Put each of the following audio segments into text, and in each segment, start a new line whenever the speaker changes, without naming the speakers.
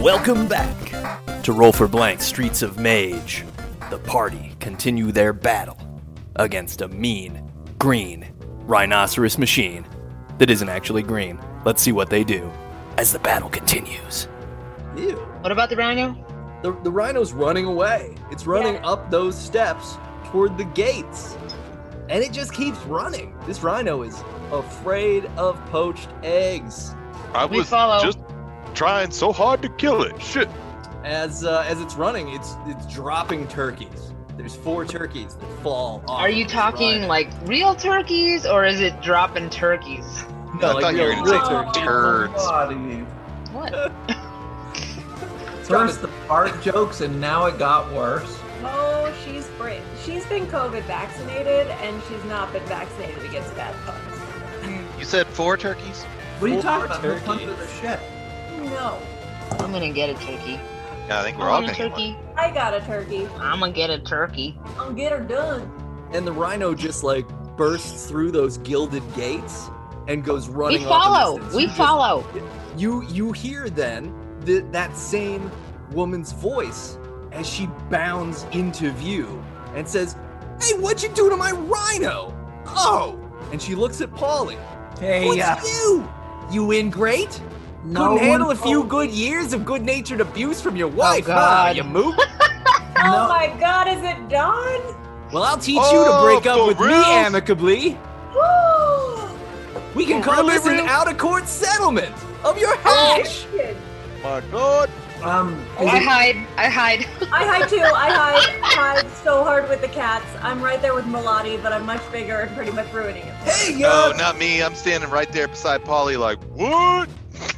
Welcome back to Roll for Blank Streets of Mage. The party continue their battle against a mean, green rhinoceros machine that isn't actually green. Let's see what they do as the battle continues.
Ew.
What about the rhino?
The, the rhino's running away. It's running
Yeah.
up those steps toward the gates. And it just keeps running. This rhino is afraid of poached eggs.
I
We
was
follow.
just trying so hard to kill it. Shit.
As uh, as it's running, it's it's dropping turkeys. There's four turkeys that fall off.
Are you
this
talking
rhino.
like real turkeys or is it dropping turkeys?
No,
I
like
thought you were
real-
gonna say
real turkeys.
turds.
Oh, Body.
What?
It's got
First the fart jokes, and now it got worse.
Oh, she's brave. She's been COVID vaccinated, and she's not been vaccinated against bad puns.
You said four turkeys?
What are you
Four
talking about? Who
turkeys.
punted the shit?
No,
I'm gonna get a turkey.
Yeah, I think we're
I
all
want
gonna
a
get
turkey.
one.
I got a turkey.
I'm gonna get a turkey.
I'll get her done.
and the rhino just like bursts through those gilded gates and goes
We
running. off in
follow.
distance.
We
You just-
follow.
You you hear then the, that same woman's voice as she bounds into view and says, "Hey, what'd you do to my rhino? Oh!" And she looks at Polly.
Hey,
What's
uh,
you? You ingrate?
no
Couldn't handle
one
a few
told
good
me. Oh,
years of good-natured abuse from your wife, huh?
God.
You moop.
Oh
No.
my God, is it dawn?
Well, I'll teach
Oh,
you to break up
for
with me
reals?
amicably.
Woo!
We can
For
call
really
this an
real?
out of court settlement of
Oh,
your hash.
My god.
Um, is
I
it-
hide. I hide.
I hide too. I hide. hide so hard with the cats. I'm right there with Melati, but I'm much bigger and pretty much ruining it.
hey,
No,
uh,
not me. I'm standing right there beside Polly, like, what?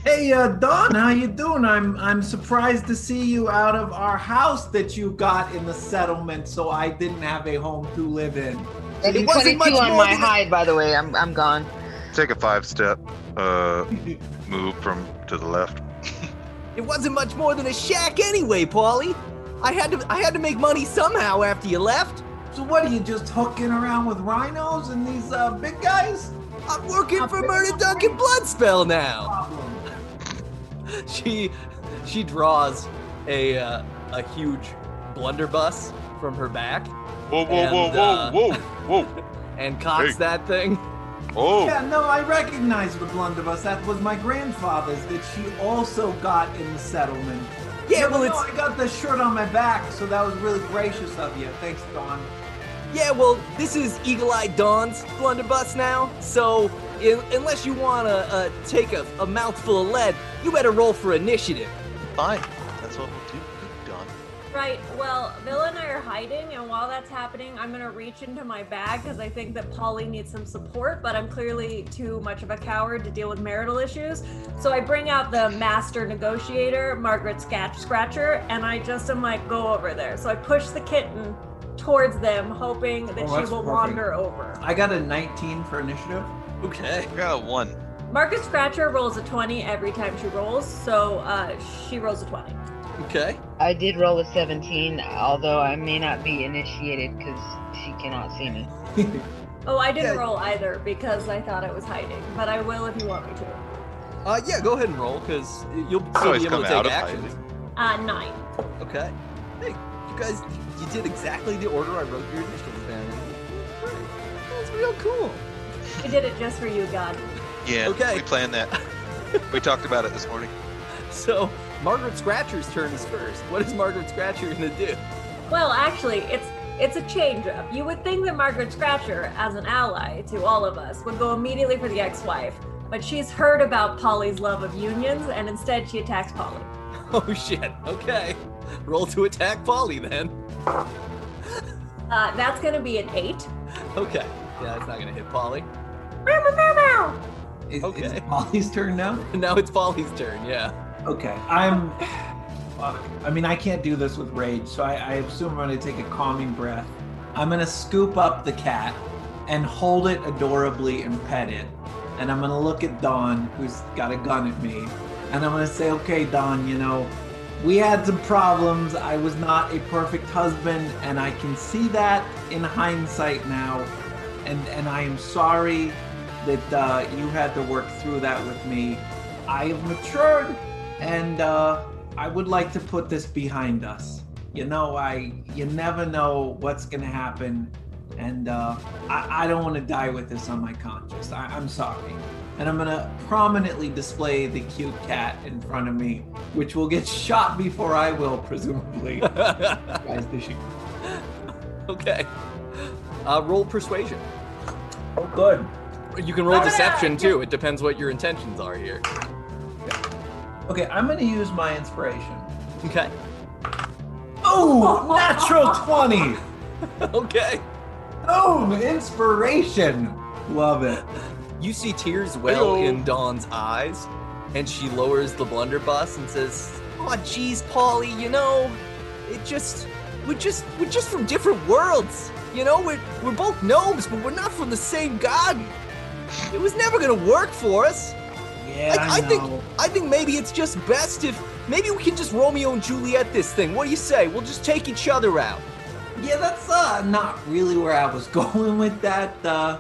hey, uh, Dawn, how you doing? I'm I'm surprised to see you out of our house that you got in the settlement, so I didn't have a home to live in.
I did
It wasn't
22
much
on
more
my
than-
hide, by the way. I'm, I'm gone.
Take a five step uh move from to the left.
It wasn't much more than a shack anyway, Paulie. I had to I had to make money somehow after you left.
So what are you just hooking around with rhinos and these uh, big guys?
I'm working for Murder Duncan Bloodspell now. Oh. She she draws a uh, a huge blunderbuss from her back
Whoa, whoa, whoa,
And, uh,
whoa, whoa, whoa.
and cocks
Hey.
that thing.
Oh,
Yeah, no, I recognize the blunderbuss. That was my grandfather's that she also got in the settlement.
Yeah,
No,
well
no,
it's
I got the shirt on my back, so that was really gracious of you. Thanks, Dawn.
Yeah, well, this is Eagle Eye Dawn's blunderbuss now, so in, unless you want to uh, take a, a mouthful of lead, you better roll for initiative.
fine. That's what we'll do. Good done.
Right. Well, Villa and I are hiding, and while that's happening, I'm gonna reach into my bag because I think that Polly needs some support, but I'm clearly too much of a coward to deal with marital issues. So I bring out the master negotiator, Margaret Scatch Scratcher, and I just am like, go over there. So I push the kitten towards them, hoping that
Oh,
she
that's
will
perfect.
wander over.
I got a 19 for initiative.
Okay.
I got a one.
Margaret Scratcher rolls a 20 every time she rolls, so uh, she rolls a 20.
Okay.
I did roll a 17, although I may not be initiated because she cannot see me.
Oh, I didn't
Yeah.
roll either because I thought I was hiding, but I will if you want me to.
Uh, yeah, go ahead and roll, because you'll still
always
be able to
come out
take
of
actions.
Uh, nine.
Okay. Hey, you guys, you did exactly the order I wrote your initials down. Great. That's real cool.
I did it just for you, God.
Yeah,
Okay.
we planned that. we talked about it this morning.
So, Margaret Scratcher's turn is first. What is Margaret Scratcher going to do?
Well, actually, it's it's a change up. You would think that Margaret Scratcher, as an ally to all of us, would go immediately for the ex-wife, but she's heard about Polly's love of unions, and instead she attacks Polly.
Oh, shit. Okay. Roll to attack Polly, then.
Uh, that's gonna be an eight.
Okay. Yeah, it's not going to hit Polly.
Is,
Okay.
is it Polly's turn now?
Now it's Polly's turn, yeah.
Okay, I'm. Fuck. I mean, I can't do this with rage, so I, I assume I'm going to take a calming breath. I'm going to scoop up the cat and hold it adorably and pet it. And I'm going to look at Dawn, who's got a gun at me. And I'm going to say, okay, Dawn, you know, we had some problems. I was not a perfect husband, and I can see that in hindsight now. And, and I am sorry that uh, you had to work through that with me. I have matured and uh, I would like to put this behind us. You know, I you never know what's gonna happen, and uh, I, I don't want to die with this on my conscience. I, I'm sorry, and I'm gonna prominently display the cute cat in front of me, which will get shot before I will, presumably. Guys, they should.
okay. Uh, roll persuasion.
Oh, good.
You can roll
I'm gonna-
deception too. It depends what your intentions are here.
Okay, I'm gonna use my inspiration.
Okay.
Oh, natural twenty.
Okay.
Oh, inspiration. Love it.
You see tears well in Dawn's eyes, and she lowers the blunderbuss and says, "Oh, geez, Polly, you know, it just we're just we're just from different worlds. You know, we're we're both gnomes, but we're not from the same garden. It was never gonna work for us.
Yeah,
I- I think- I think maybe it's just best if maybe we can just Romeo and Juliet this thing. What do you say? We'll just take each other out.
Yeah, that's uh not really where I was going with that. Uh,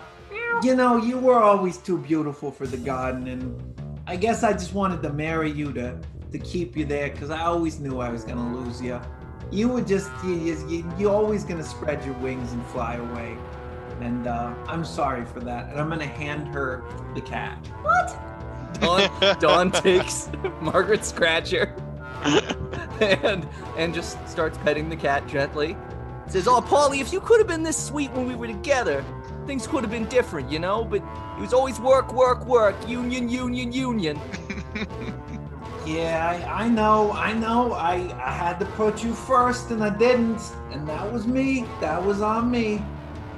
you know, you were always too beautiful for the garden, and I guess I just wanted to marry you to to keep you there because I always knew I was gonna lose you. You were just you, you- you, you're always gonna spread your wings and fly away, and uh, I'm sorry for that. And I'm gonna hand her the cat.
Dawn, Dawn takes Margaret Scratcher and and just starts petting the cat gently. Says, "Oh, Polly, if you could have been this sweet when we were together, things could have been different, you know. But it was always work, work, work, union, union, union.
Yeah, I, I know, I know. I, I had to put you first, and I didn't, and that was me. That was on me.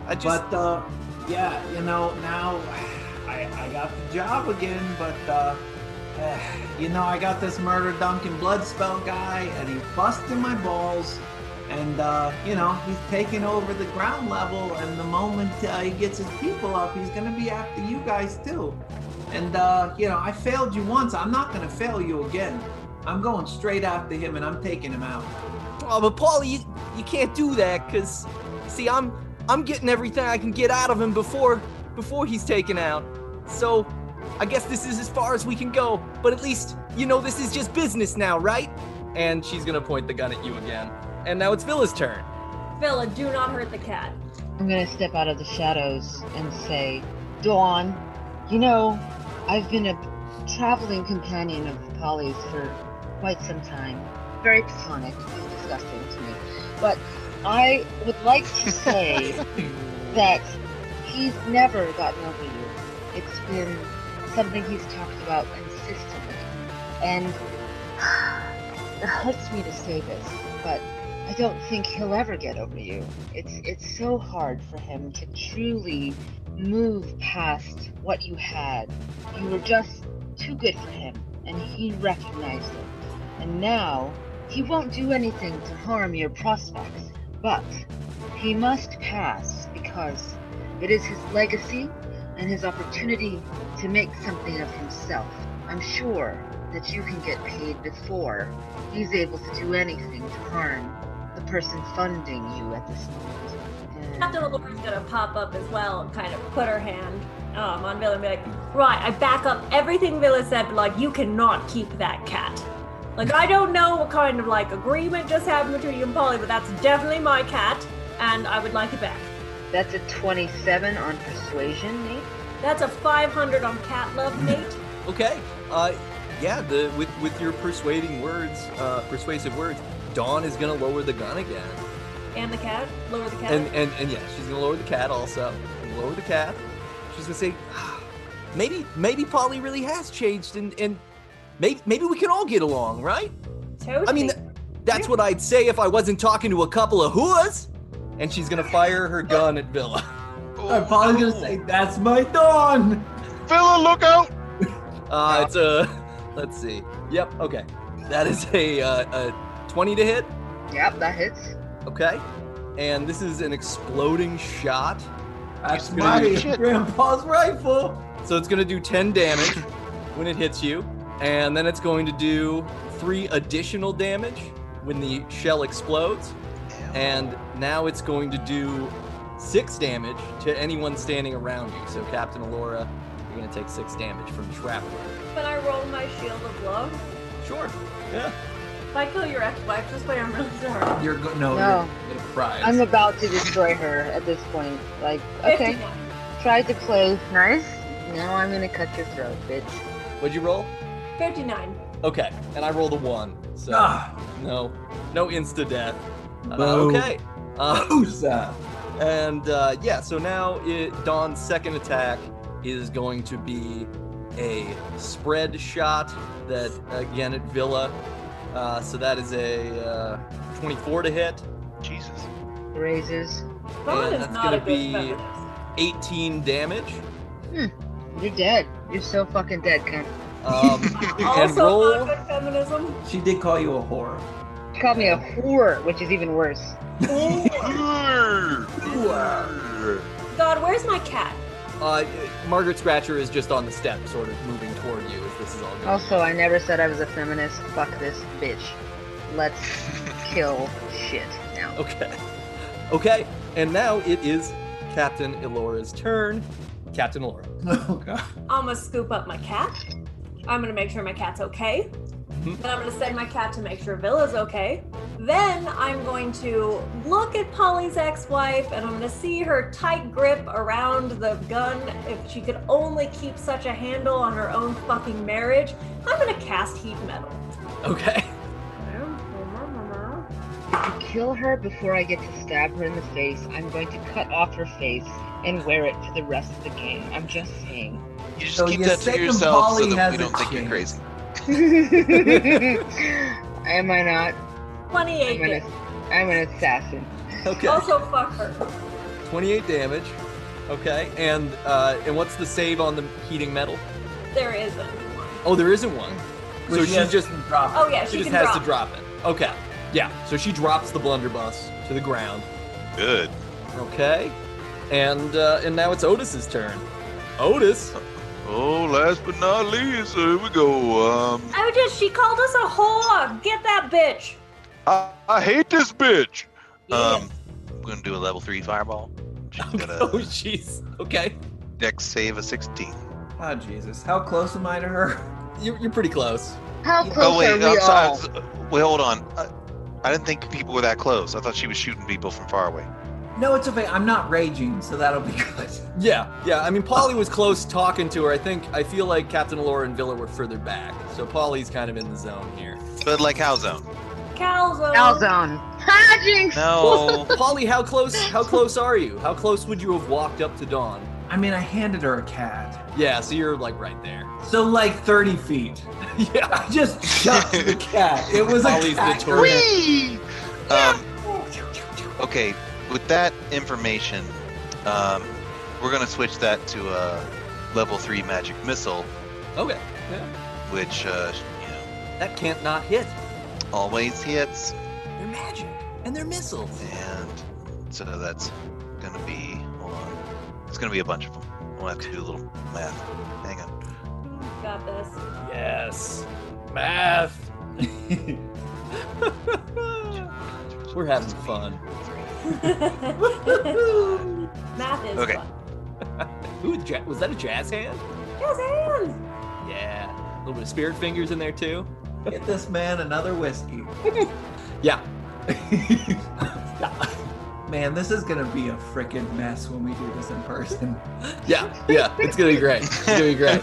I just,
but uh, yeah, you know, now I, I got the job again, but uh, eh, you know, I got this murder Duncan blood spell guy, and he busted my balls, and uh, you know, he's taking over the ground level, and the moment uh, he gets his people up, he's gonna be after you guys too. And uh, you know, I failed you once. I'm not gonna fail you again. I'm going straight after him, and I'm taking him out.
oh, but Polly, you, you can't do that, cause see, I'm I'm getting everything I can get out of him before before he's taken out. So, I guess this is as far as we can go. But at least you know this is just business now, right? And she's gonna point the gun at you again. And now it's Villa's turn.
Villa, do not hurt the cat.
I'm gonna step out of the shadows and say, Dawn, you know, I've been a traveling companion of Polly's for quite some time. Very platonic and disgusting to me. But I would like to say that he's never gotten over you. It's been something he's talked about consistently. And it hurts me to say this, but I don't think he'll ever get over you. It's it's so hard for him to truly move past what you had. You were just too good for him, and he recognized it. And now he won't do anything to harm your prospects, but he must pass because it is his legacy and his opportunity to make something of himself. I'm sure that you can get paid before he's able to do anything to harm the person funding you at this moment. And-
Captain Laura's gonna pop up as well and kind of put her hand um, on Villa and be like, right, I back up everything Villa said, but like, you cannot keep that cat. Like, I don't know what kind of like agreement just happened between you and Polly, but that's definitely my cat, and I would like it back.
That's a 27 on persuasion, Nate.
That's a 500 on cat love, Nate.
Okay. Uh, yeah. The with with your persuading words, uh, persuasive words, Dawn is gonna lower the gun again.
and the cat, lower the cat.
And and and yeah, she's gonna lower the cat also. She's gonna lower the cat. She's gonna say, "Ah, maybe maybe Polly really has changed, and and maybe maybe we can all get along, right?
totally.
I mean, th- that's what I'd say if I wasn't talking to a couple of whoas. And she's gonna fire her gun at Villa. Oh,
I'm probably gonna say that's my dawn.
Villa, Oh, look out!
Uh, it's a let's see. Yep. Okay. That is a uh, a twenty to hit.
Yep, that hits.
Okay. And this is an exploding shot.
That's
gonna
my
do
grandpa's rifle.
So it's going to do 10 damage when it hits you, and then it's going to do 3 additional damage when the shell explodes, and now it's going to do 6 damage to anyone standing around you. So Captain Alora, you're going to take 6 damage from Trapper.
Can I roll my shield of love?
Sure. Yeah.
If I kill your ex-wife, just by I'm really sorry.
You're go- no,
No.
you're surprised.
I'm about to destroy her at this point. Like, okay,
51.
tried to play nice. Now I'm gonna cut your throat, bitch.
What'd you roll?
59.
Okay, and I rolled a one. So
ah,
no, no insta death. Uh,
Boo.
okay. Uh,
Booza.
and uh, yeah, so now it, Dawn's second attack is going to be a spread shot that again at Villa. Uh, so that is a uh, 24 to hit,
Jesus.
Razors,
Dawn
Yeah,
is
that's
not
gonna
a good
be-
feminist.
18 damage.
you're dead. You're so fucking dead, cunt.
Um,
Also
roll-
not good feminism.
She did call you a whore.
You called me a whore, which is even worse.
uh,
God, where's my cat?
uh, Margaret Scratcher is just on the step, sort of moving toward you as this is all going.
Also, I never said I was a feminist. Fuck this bitch. Let's kill shit now.
Okay. Okay. And now it is Captain Elora's turn. Captain Elora.
Oh god.
I'm gonna scoop up my cat. I'm gonna make sure my cat's okay.
Hmm?
Then I'm gonna send my cat to make sure Villa's okay. Then I'm going to look at Polly's ex-wife and I'm gonna see her tight grip around the gun. If she could only keep such a handle on her own fucking marriage, I'm gonna cast heat metal.
Okay.
To kill her before I get to stab her in the face, I'm going to cut off her face and wear it for the rest of the game. I'm just saying.
You just
So
keep
you
that
said
to
the
yourself so
Polly
that we
has
don't
a
think you're
chance.
crazy.
Am I not?
28
I'm an,
hit.
I'm an assassin.
Okay.
Also fuck her.
28 damage. Okay. And uh, and what's the save on the heating metal?
There isn't. one.
Oh, there isn't one. So
Which
she
yes,
just
drop.
Oh yeah,
she
she,
just
can
has
drop.
to drop it. Okay. Yeah. So she drops the blunderbuss to the ground.
Good.
Okay. And uh, and now it's Otis's turn. Otis.
Oh, last but not least, here we go. Um,
I would just she called us a whore. Get that bitch.
I, I hate this bitch.
Um, I'm gonna do a level three fireball. She's got
Oh
a
jeez. Okay.
deck save of 16.
Oh Jesus. How close am I to her?
You're, you're pretty close.
How close
Oh wait,
are we
I'm sorry.
all?
s- Wait, hold on. I, I didn't think people were that close. I thought she was shooting people from far away.
No, it's okay. I'm not raging, so that'll be good.
Yeah, yeah. I mean, Polly was close talking to her. I think I feel like Captain Laura and Villa were further back, so Polly's kind of in the zone here.
But like how zone?
Calzone.
Calzone. Ha, Jinx!
No.
Polly, how close? How close are you? How close would you have walked up to Dawn?
I mean, I handed her a cat.
Yeah, so you're like right there.
So like 30 feet.
Yeah.
I just chucked the cat. It was a
Polly's
cat.
notorious.
um, okay, with that information, um, we're gonna switch that to a level three magic missile,
Okay.
which uh, you know,
That can't not hit.
always hits,
They're magic and they're missiles.
and so that's gonna be. Hold on, it's gonna be a bunch of them. We'll have to do a little math. Hang on.
Got this.
Yes. Math.
We're having fun.
Math is
Okay.
fun.
Ooh, ja- was that a jazz hand?
Yes, I am.
Yeah. A little bit of spirit fingers in there too.
Get this man another whiskey.
Yeah.
Man, this is gonna be a freaking mess when we do this in person.
Yeah. Yeah. It's gonna be great. It's gonna be great.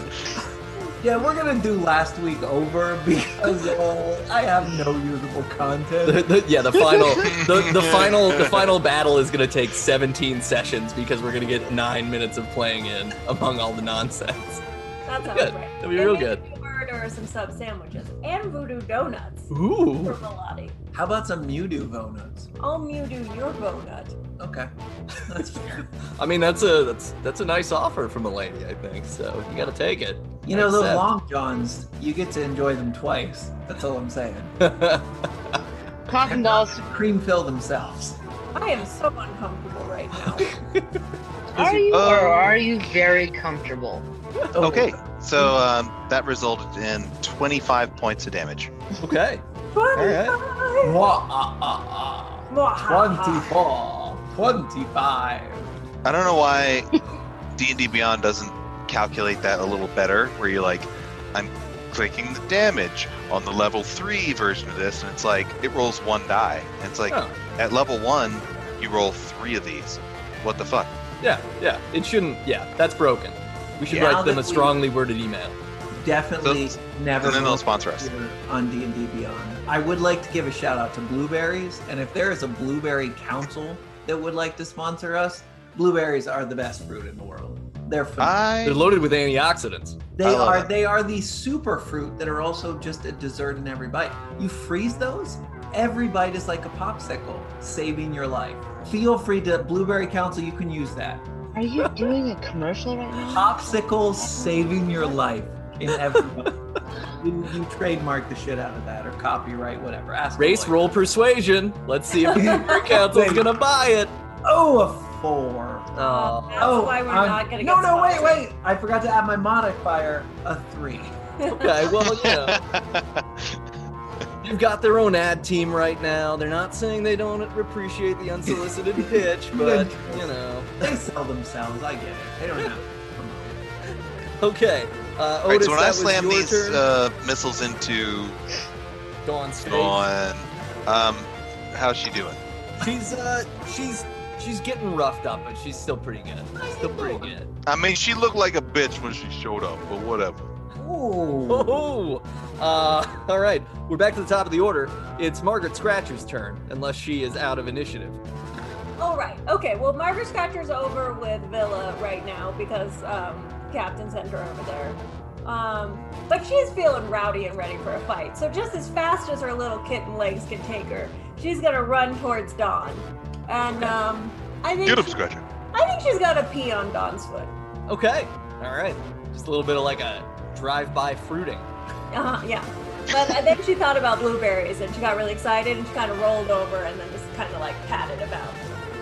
Yeah, we're gonna do last week over because uh, I have no usable
The,
content.
the, yeah, the final, the, the final, the final battle is going to take 17 sessions because we're going to get nine minutes of playing in among all the nonsense.
That sounds
Good.
right.
That'd be real good.
Order some sub sandwiches and voodoo donuts for
Ooh,
Melody.
How about some Mewtwo donuts?
I'll Mewtwo your donut.
Okay, that's fair.
I mean that's a that's that's a nice offer from a lady, I think. So you got to take it.
You know those
Accept.
long johns, you get to enjoy them twice. That's all I'm saying.
Cotton dolls.
Cream fill themselves.
I am so uncomfortable right now.
Are you
Oh.
or are you very comfortable?
Oh,
Okay, so um, that resulted in 25 points of damage.
okay.
Twenty-five.
Mwah, ah, ah,
Mwahaha.
ah. 24, 25.
I don't know why D&D Beyond doesn't calculate that a little better, where you're like, I'm clicking the damage on the level three version of this, and it's like it rolls one die. And it's like
Oh.
at level one, you roll three of these. What the fuck?
Yeah, yeah. It shouldn't. Yeah, that's broken. We should
Yeah.
write them
Now
a
that we-
strongly worded email.
Definitely
So-
never.
And then
more
they'll sponsor us.
here on D and D Beyond. I would like to give a shout out to Blueberries, and if there is a Blueberry Council that would like to sponsor us, blueberries are the best fruit in the world. They're phenomenal.
Ah, I
They're loaded with antioxidants.
I
They
love
are
it.
they are the super fruit that are also just a dessert in every bite. You freeze those, every bite is like a popsicle, saving your life. Feel free to Blueberry Council, you can use that.
Are you doing a commercial right now?
Popsicles saving your life in every bite. you, you trademark the shit out of that or copyright, whatever. Ask a
Race
lawyer.
roll persuasion. Let's see if the council's
Wait.
gonna buy it.
Oh a four.
Oh.
That's why we're
I'm-
not gonna
No
get
no wait,
sponsored.
wait. I forgot to add my modifier, a three.
Okay, well, you know, you've got their own ad team right now. They're not saying they don't appreciate the unsolicited pitch, but you know.
They sell themselves, I get it. They don't know.
Okay, uh,
All right,
Otis,
so when
that
I
was
slam
your
these
turn.
uh, missiles into
Dawn's face.
Dawn, um, how's she doing?
She's uh, she's she's getting roughed up, but she's still pretty good. Still pretty good.
I mean, she looked like a bitch when she showed up, but whatever.
Ooh.
Oh, uh, all right. We're back to the top of the order. It's Margaret Scratcher's turn, unless she is out of initiative.
All right. Okay. Well, Margaret Scratcher's over with Villa right now because um, Captain sent her over there. Um, but she's feeling rowdy and ready for a fight. So just as fast as her little kitten legs can take her, she's gonna run towards Dawn. And um, I think
Get up,
she-
Scratcher.
I think she's gotta pee on Dawn's foot.
Okay, all right. Just a little bit of like a drive-by fruiting.
Uh-huh, yeah. But and then she thought about blueberries and she got really excited and she kind of rolled over and then just kind of like patted about.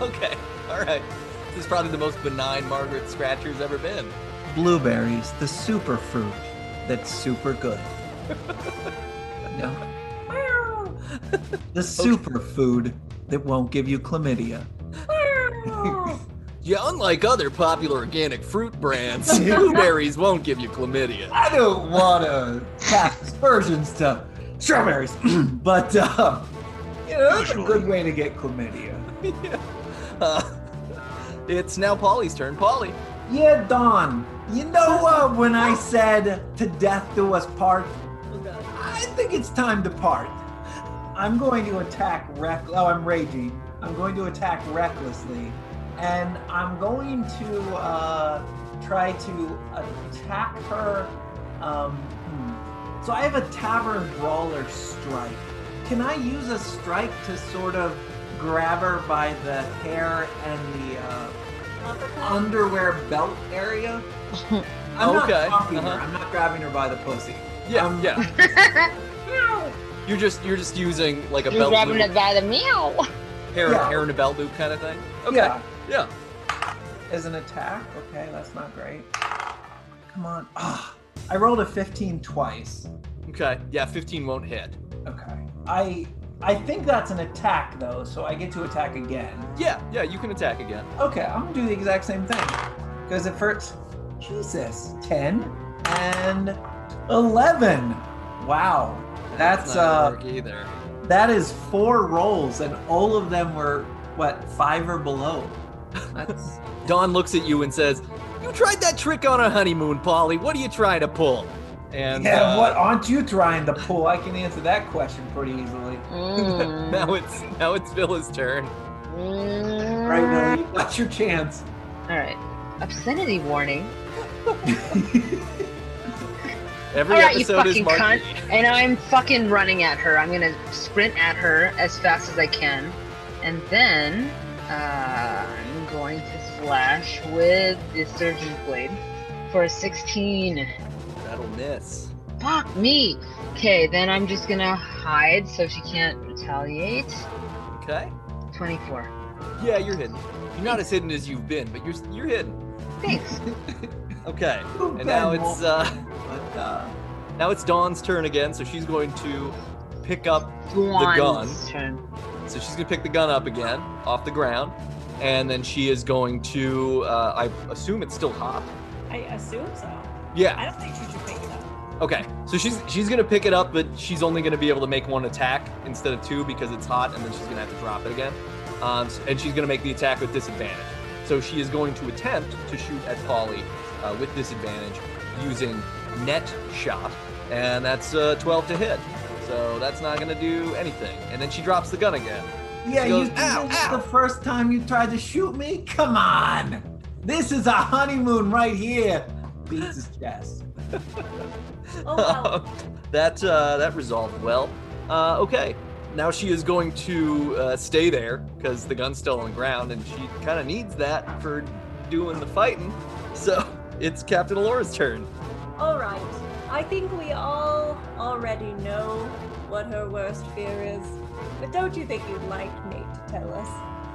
Okay, all right. This is probably the most benign Margaret Scratcher's ever been.
Blueberries, the super fruit that's super good. no.
Meow,
The super food that won't give you chlamydia.
meow.
Yeah, unlike other popular organic fruit brands, blueberries won't give you chlamydia.
I don't want to cast aspersions to strawberries, but uh, you know, that's a good way to get chlamydia.
Uh, it's now Polly's turn. Polly.
Yeah, Don. You know what? When I said to death do us part,
Oh, God.
I think it's time to part. I'm going to attack reck. Oh, I'm raging. I'm going to attack recklessly, and I'm going to uh, try to attack her. Um, hmm. So I have a tavern brawler strike. Can I use a strike to sort of grab her by the hair and the uh,
Uppercut?
underwear belt area? I'm
Okay,
not talking her.
uh-huh.
I'm not grabbing her by the pussy.
Yeah,
Um,
yeah.
Meow.
You're just you're just using like a
You're
belt
grabbing
loop,
it by the meow.
hair,
Yeah.
hair and a belt loop kind of thing. Okay.
Yeah.
yeah.
as an attack. Okay, that's not great. Come on. Ah, I rolled a 15 twice.
Okay. Yeah, 15 won't hit.
Okay. I I think that's an attack though, so I get to attack again.
Yeah, yeah, you can attack again.
Okay, I'm gonna do the exact same thing. Because it hurts. Jesus. 10 and 11. Wow. That's
not
uh
gonna work either.
that is four rolls and all of them were what five or below. That's
Dawn looks at you and says, "You tried that trick on our honeymoon, Polly. What are you trying to pull?" And
yeah,
uh,
what aren't you trying to pull? I can answer that question pretty easily.
Mm.
Now it's now it's Villa's turn.
Mm.
Right now, you got your chance.
All right. Obscenity warning.
Every
All right, you
episode is
fucking
marked.
And I'm fucking running at her. I'm gonna sprint at her as fast as I can. And then uh, I'm going to slash with the surgeon's blade for a 16.
That'll miss.
Fuck me! Okay, then I'm just gonna hide so she can't retaliate.
Okay.
24.
Yeah, you're hidden. You're not as hidden as you've been, but you're you're hidden.
Thanks.
Okay.
Oh,
And now it's uh,
But, uh,
now it's Dawn's turn again. So she's going to pick up
Dawn's turn.
So she's gonna pick the gun up again off the ground, and then she is going to. Uh, I assume it's still hop.
I assume so.
Yeah.
I don't think she should pick it up.
Okay, so she's she's gonna pick it up, but she's only gonna be able to make one attack instead of two because it's hot, and then she's gonna have to drop it again. Um, s- and she's gonna make the attack with disadvantage. So she is going to attempt to shoot at Polly uh, with disadvantage using net shot, and that's uh, 12 to hit. So that's not gonna do anything. And then she drops the gun again.
Yeah,
She goes,
you
"Ow,
did this
ow."
the first time you tried to shoot me? Come on. This is a honeymoon right here. Beats his chest.
Oh, wow.
that uh, that resolved well. Uh, okay, now she is going to uh, stay there because the gun's still on the ground, and she kind of needs that for doing the fighting. So it's Captain Alora's turn.
All right. I think we all already know what her worst fear is, but don't you think you'd like Nate to tell us?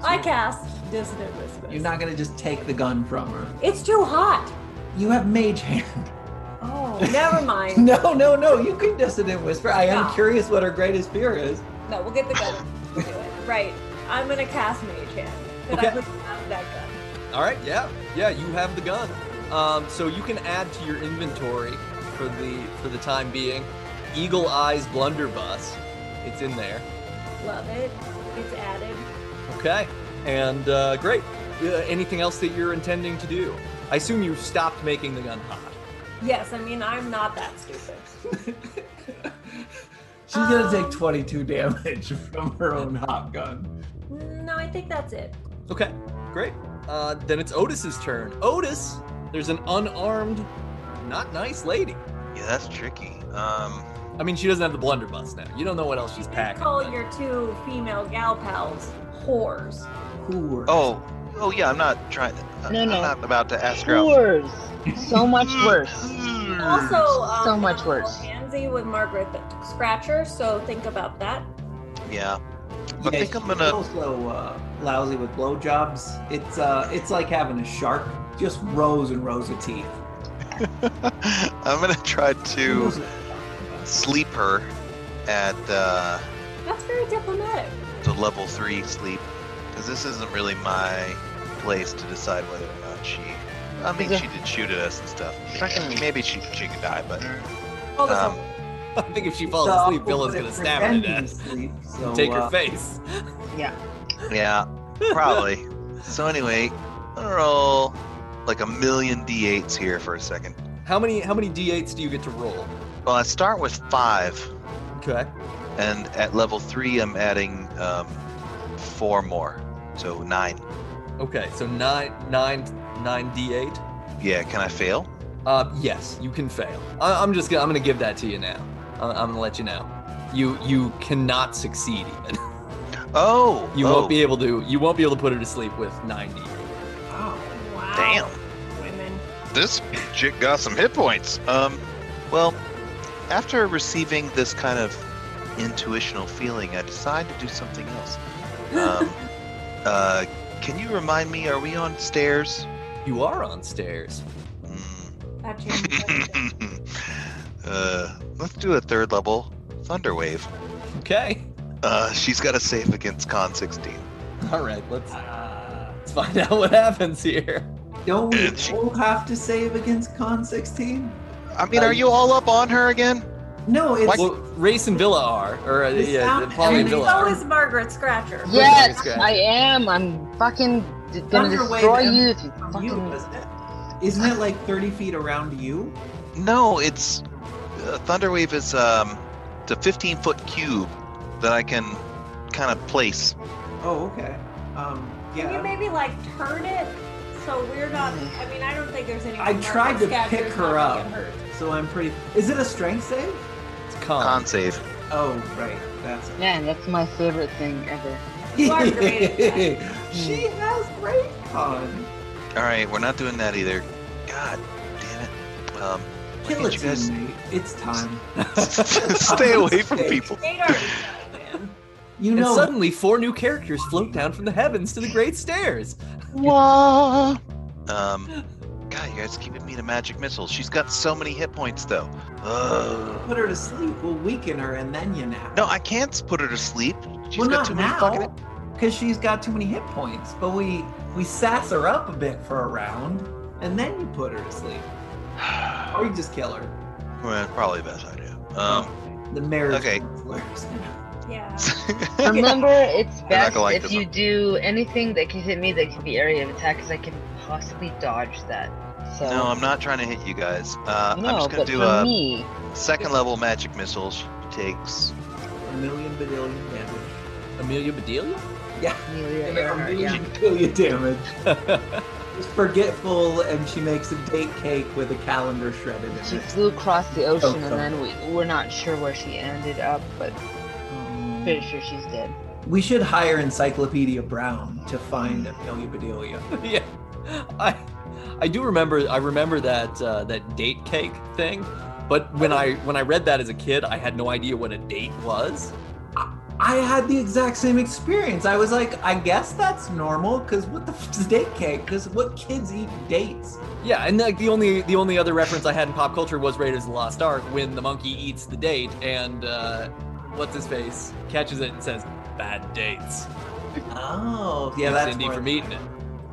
I cast Dissonant Whispers.
You're not gonna just take the gun from her.
It's too hot.
You have mage hand.
Oh, never mind. no.
No, no, no. You can dissonant whisper. I am
No.
curious what her greatest fear is.
we'll get the gun. We'll do it. Right. I'm gonna cast Mage Hand. Could I
Okay.
put out of that gun?
All right, yeah, yeah, you have the gun. Um, so you can add to your inventory for the for the time being. Eagle Eyes Blunderbuss, it's in there.
Love it. It's added.
Okay, and uh, great. Uh, anything else that you're intending to do? I assume you stopped making the gun hot.
Yes, I mean I'm not that stupid.
She's gonna
Um.
take 22 damage from her own hot gun.
No, I think that's it.
Okay, great. Uh, then it's Otis's turn. Otis, there's an unarmed, not nice lady.
Yeah, that's tricky. Um,
I mean, she doesn't have the blunderbuss now. You don't know what else
You
she's
did
packing.
call
but-
your two female gal pals whores.
Whore.
oh, oh yeah, I'm not trying. Uh,
No, no.
I'm not about to ask her out. Mm-hmm.
Whores. So much worse.
Hmm.
Also, um,
So much
Donald
worse.
Ramsey with Margaret the Scratcher, so think about that.
Yeah.
Yeah,
I think I'm
she's
gonna.
Also uh, lousy with blowjobs. It's uh, it's like having a shark, just rows and rows of teeth.
I'm gonna try to sleep her at uh,
That's very diplomatic.
the level three sleep, because this isn't really my place to decide whether or not she. I mean,
Yeah.
she did shoot at us and stuff. Maybe she she could die, but
Mm.
All this
um,
I think if she falls asleep, Villa's gonna stab her to death.
So,
Take her
uh,
face.
yeah, probably. so anyway, I'm gonna roll like a million d8s here for a second.
How many how many d8s do you get to roll?
Well, I start with five,
Okay.
and at level three, I'm adding um, four more, so nine.
Okay, so nine nine nine d8.
Yeah, can I fail?
Uh, yes, you can fail. I- I'm just gonna I'm gonna give that to you now. I- I'm gonna let you know. You you cannot succeed even.
Oh,
You
oh,
won't be able to. You won't be able to put her to sleep with 90.
Oh, Wow.
wow.
Damn.
Women.
This chick got some hit points.
Um, well, after receiving this kind of intuitional feeling, I decide to do something else. Um, uh, can you remind me? Are we on stairs?
You are on stairs.
Mm.
That changes everything.
uh, let's do a third level thunderwave.
Okay.
Uh, she's got a save against con 16.
All right. Let's
Uh,
let's find out what happens here.
don't we
And she-
all have to save against con 16?
I mean, are you all up on her again?
No, it's
Well, Race and Villa are, or uh,
It's
yeah, Polly
not
and
And
happening.
Villa
so
are.
is Margaret Scratcher.
Yes,
Okay.
I am. I'm fucking d- gonna
Thunder wave
destroy
em-
you if you
um, from you,
fucking.
isn't it? Isn't it like 30 feet around you?
No, it's uh, thunderwave is um, it's a 15 foot cube that I can kind of place.
Oh, okay. Um,
Can you
yeah.
maybe like turn it so we're not? I mean, I don't think there's any.
I tried to pick her up.
Hurt.
So I'm pretty. Is it a strength save?
It's con.
Con save.
Oh, right. That's it.
Man, that's my favorite thing ever.
You are great at
she has great con.
All right, we're not doing that either. God damn it. Um, why
Kill
can't
it,
you guys
teammate. It's time.
stay away from people?
Nate already died, man.
You
And
know,
suddenly, four new characters float down from the heavens to the great stairs.
Um, God, you guys keeping me to magic missiles. She's got so many hit points though. Ugh.
put her to sleep. We'll weaken her, and then you nap.
No, I can't put her to sleep. She's
well,
got
not
too many
now,
fucking.
because she's got too many hit points. But we we sass her up a bit for a round, and then you put her to sleep, or you just kill her.
Well, probably best idea. Um,
The marriage.
Okay.
counselors.
Yeah.
Remember, it's
not
best
gonna like
if
this
you
one.
do anything that can hit me that can be area of attack, because I can possibly dodge that. So
no, I'm not trying to hit you guys. Uh,
No,
I'm just gonna
but
do
for
a
me,
second level magic missile. She takes
A million billion damage.
Amelia Bedelia?
Amelia
A
Earhart, yeah.
million billion damage. She's forgetful, and she makes a date cake with a calendar shredded in
She
it.
flew across the ocean,
Oh,
and
sorry.
then we, we're not sure where she ended up, but
Um,
pretty sure she's dead.
We should hire Encyclopedia Brown to find Amelia Bedelia.
yeah. I I do remember I remember that uh, that date cake thing, but when I when I read that as a kid, I had no idea what a date was.
I had the exact same experience. I was like, I guess that's normal, because what the f is date cake? Because what kids eat dates?
Yeah, and like the only the only other reference I had in pop culture was Raiders of the Lost Ark when the monkey eats the date and uh, what's his face catches it and says bad dates.
Oh, yeah,
Thanks,
that's
Indy
more-
from eating it.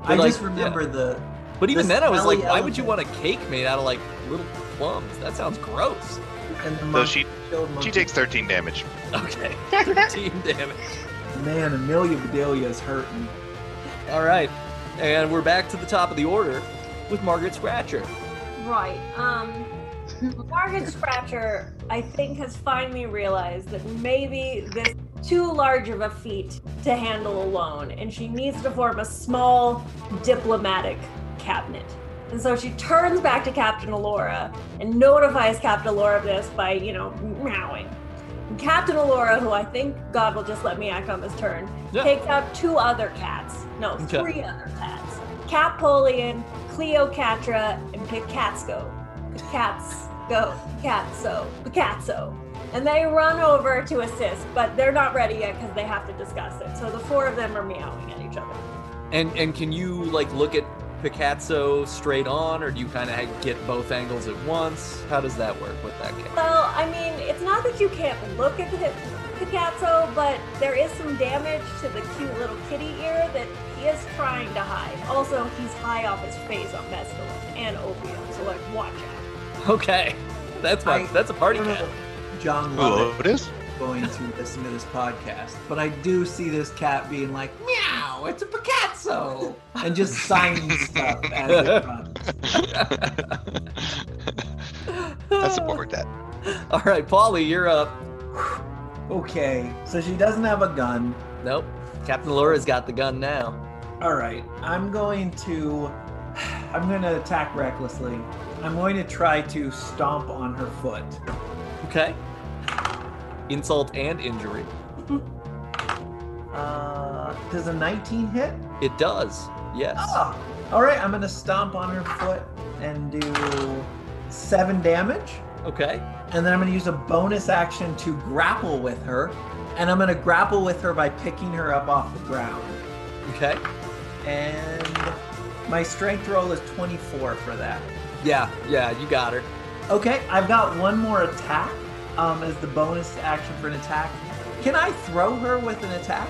I
But, like,
just remember the.
But even
The
then, I was like,
smelly
why would you want
elephant.
a cake made out of like little plums? That sounds gross.
And the
So
monkey
she
killed
she
monkey.
takes 13 damage.
Okay, thirteen damage.
Man, Amelia Bedelia is hurting.
All right, and we're back to the top of the order with Margaret Scratcher.
Right. Um, Margaret Scratcher, I think, has finally realized that maybe this is too large of a feat to handle alone, and she needs to form a small diplomatic cabinet. And so she turns back to Captain Alora and notifies Captain Alora of this by, you know, meowing. And Captain Alora, who I think God will just let me act on this turn,
Yeah.
takes out two other cats. No,
Okay.
three other cats. Cat Polian, Cleocatra, and Picatsco. Cats go, Catso, Picazzo. And they run over to assist, but they're not ready yet because they have to discuss it. So the four of them are meowing at each other.
And and can you like look at Picasso straight on, or do you kind of get both angles at once? How does that work with that cake?
Well, I mean, it's not that you can't look at the Picasso, but there is some damage to the cute little kitty ear that he is trying to hide. Also, he's high off his face on mescaline and opium, so like, watch out.
Okay, that's my
I-
that's a party cat.
John Lovett.
Ooh, it oh. is?
going to listen to this podcast, but I do see this cat being like, meow, it's a Picasso, and just signing stuff as it runs.
I support that.
All right, Polly, you're up.
Okay, so she doesn't have a gun.
Nope, Captain Laura's got the gun now.
All right, I'm going to, I'm going to attack recklessly. I'm going to try to stomp on her foot.
Okay, insult and injury.
Uh, does a 19 hit?
It does. Yes.
Ah, all right, I'm going to stomp on her foot and do seven damage.
Okay.
and then I'm going to use a bonus action to grapple with her, and I'm going to grapple with her by picking her up off the ground.
Okay.
And my strength roll is 24 for that.
Yeah. Yeah. You got her.
Okay, I've got one more attack um, as the bonus action for an attack. Can I throw her with an attack?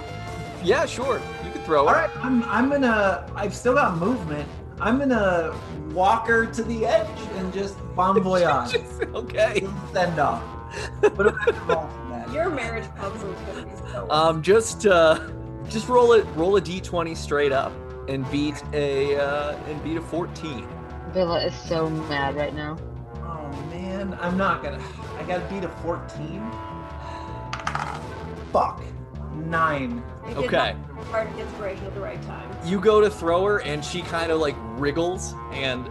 Yeah. Sure. You could throw
All
her.
right, I'm I'm gonna. I've still got movement. I'm gonna walk her to the edge and just bon voyage.
okay.
Send off. What do I have to roll for that?
Your marriage puzzle is going to be so.
Um, just uh, just roll it. Roll a d20 straight up and beat a uh, and beat a 14.
Villa is so mad right now.
Oh man, I'm not gonna. I gotta beat a 14. Fuck. Nine.
I did
okay.
not Part of inspiration at the right time.
You go to throw her and she kind of like wriggles and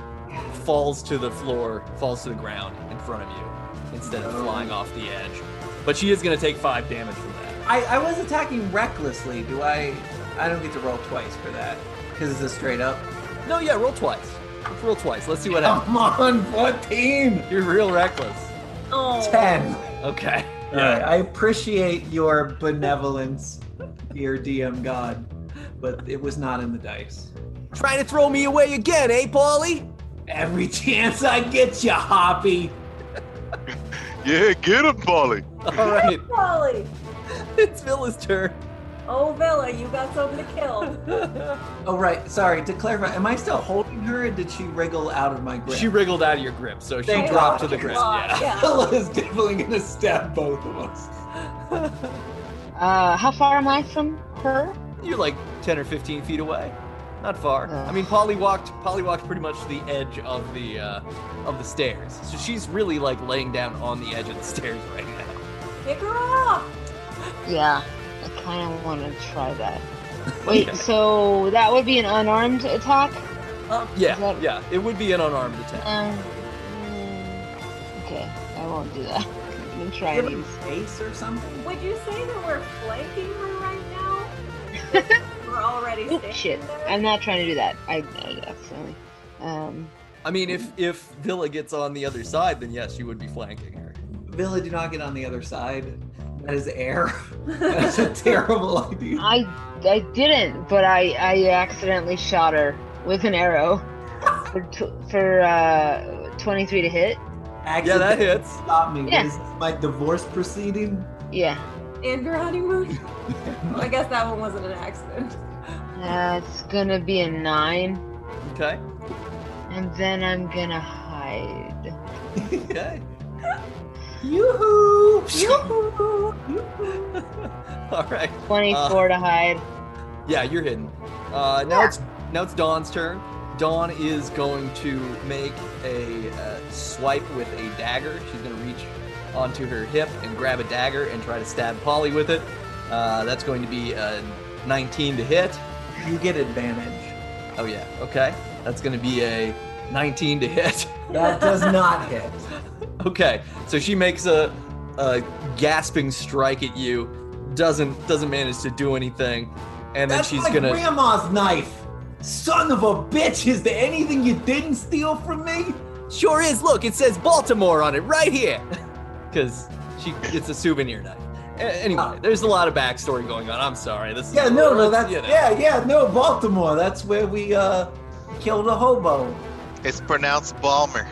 falls to the floor, falls to the ground in front of you instead of
No.
flying off the edge. But she is going to take five damage from that.
I, I was attacking recklessly. Do I? I don't get to roll twice for that because it's a straight up.
No, yeah, roll twice. Let's roll twice. Let's see what happens.
Come on, 14.
You're real reckless.
Oh.
Ten.
Okay.
All right. I appreciate your benevolence, dear DM God, but it was not in the dice.
Trying to throw me away again, eh, Polly?
Every chance I get you, Hoppy.
Yeah, get him, Polly.
All right.
Polly!
it's Villa's turn.
Oh, Villa, you got something to kill.
Oh, right. Sorry. To clarify, am I still holding her or did she wriggle out of my grip?
She wriggled out of your grip, so she
Thank
dropped to
God.
the
Thank
ground.
God,
Yeah.
yeah.
Ella is definitely going to stab both of us.
Uh, how far am I from her?
You're like 10 or 15 feet away. Not far.
Yeah.
I mean, Polly walked. Polly walked pretty much to the edge of the uh, of the stairs, so she's really like laying down on the edge of the stairs right now.
Pick her up.
Yeah, I kind of want to try that. Wait, so that would be an unarmed attack?
Yeah,
That-
yeah. It would be an unarmed attack.
Um, mm, okay, I won't do that. I'm gonna try
Give
these.
her face or something?
Would you say that we're flanking her right now? we're already
Oop,
standing
shit.
there?
I'm not trying to do that. I, I accidentally. Um,
I mean, if if Villa gets on the other side, then yes, you would be flanking her.
Villa, do not get on the other side. That is air. That's a terrible idea.
I, I didn't, but I, I accidentally shot her with an arrow for, tw- for uh, 23 to hit.
Yeah, that
Accidentally
hits.
Stop me. What
Yeah.
Is this my divorce proceeding?
Yeah,
And your honeymoon? I guess that one wasn't an accident.
that's gonna be a nine,
Okay.
and then I'm gonna hide.
Okay.
Yoo-hoo!
All right.
24 to hide.
Yeah, you're hidden. Uh, now it's now it's Dawn's turn. Dawn is going to make a uh, swipe with a dagger. She's going to reach onto her hip and grab a dagger and try to stab Polly with it. Uh, that's going to be a 19 to hit.
You get advantage.
Oh yeah. Okay. That's going to be a 19 to hit.
That does not hit.
Okay, so she makes a, a gasping strike at you, doesn't doesn't manage to do anything, and then
That's
she's
my
gonna.
grandma's knife. Son of a bitch! Is there anything you didn't steal from me?
Sure is. Look, it says Baltimore on it right here, because she it's a souvenir knife. A- anyway,
Oh.
there's a lot of backstory going on. I'm sorry. This is
Yeah, no, no,
you
that's
know.
yeah, yeah, no, Baltimore. That's where we uh killed a hobo.
It's pronounced Balmer.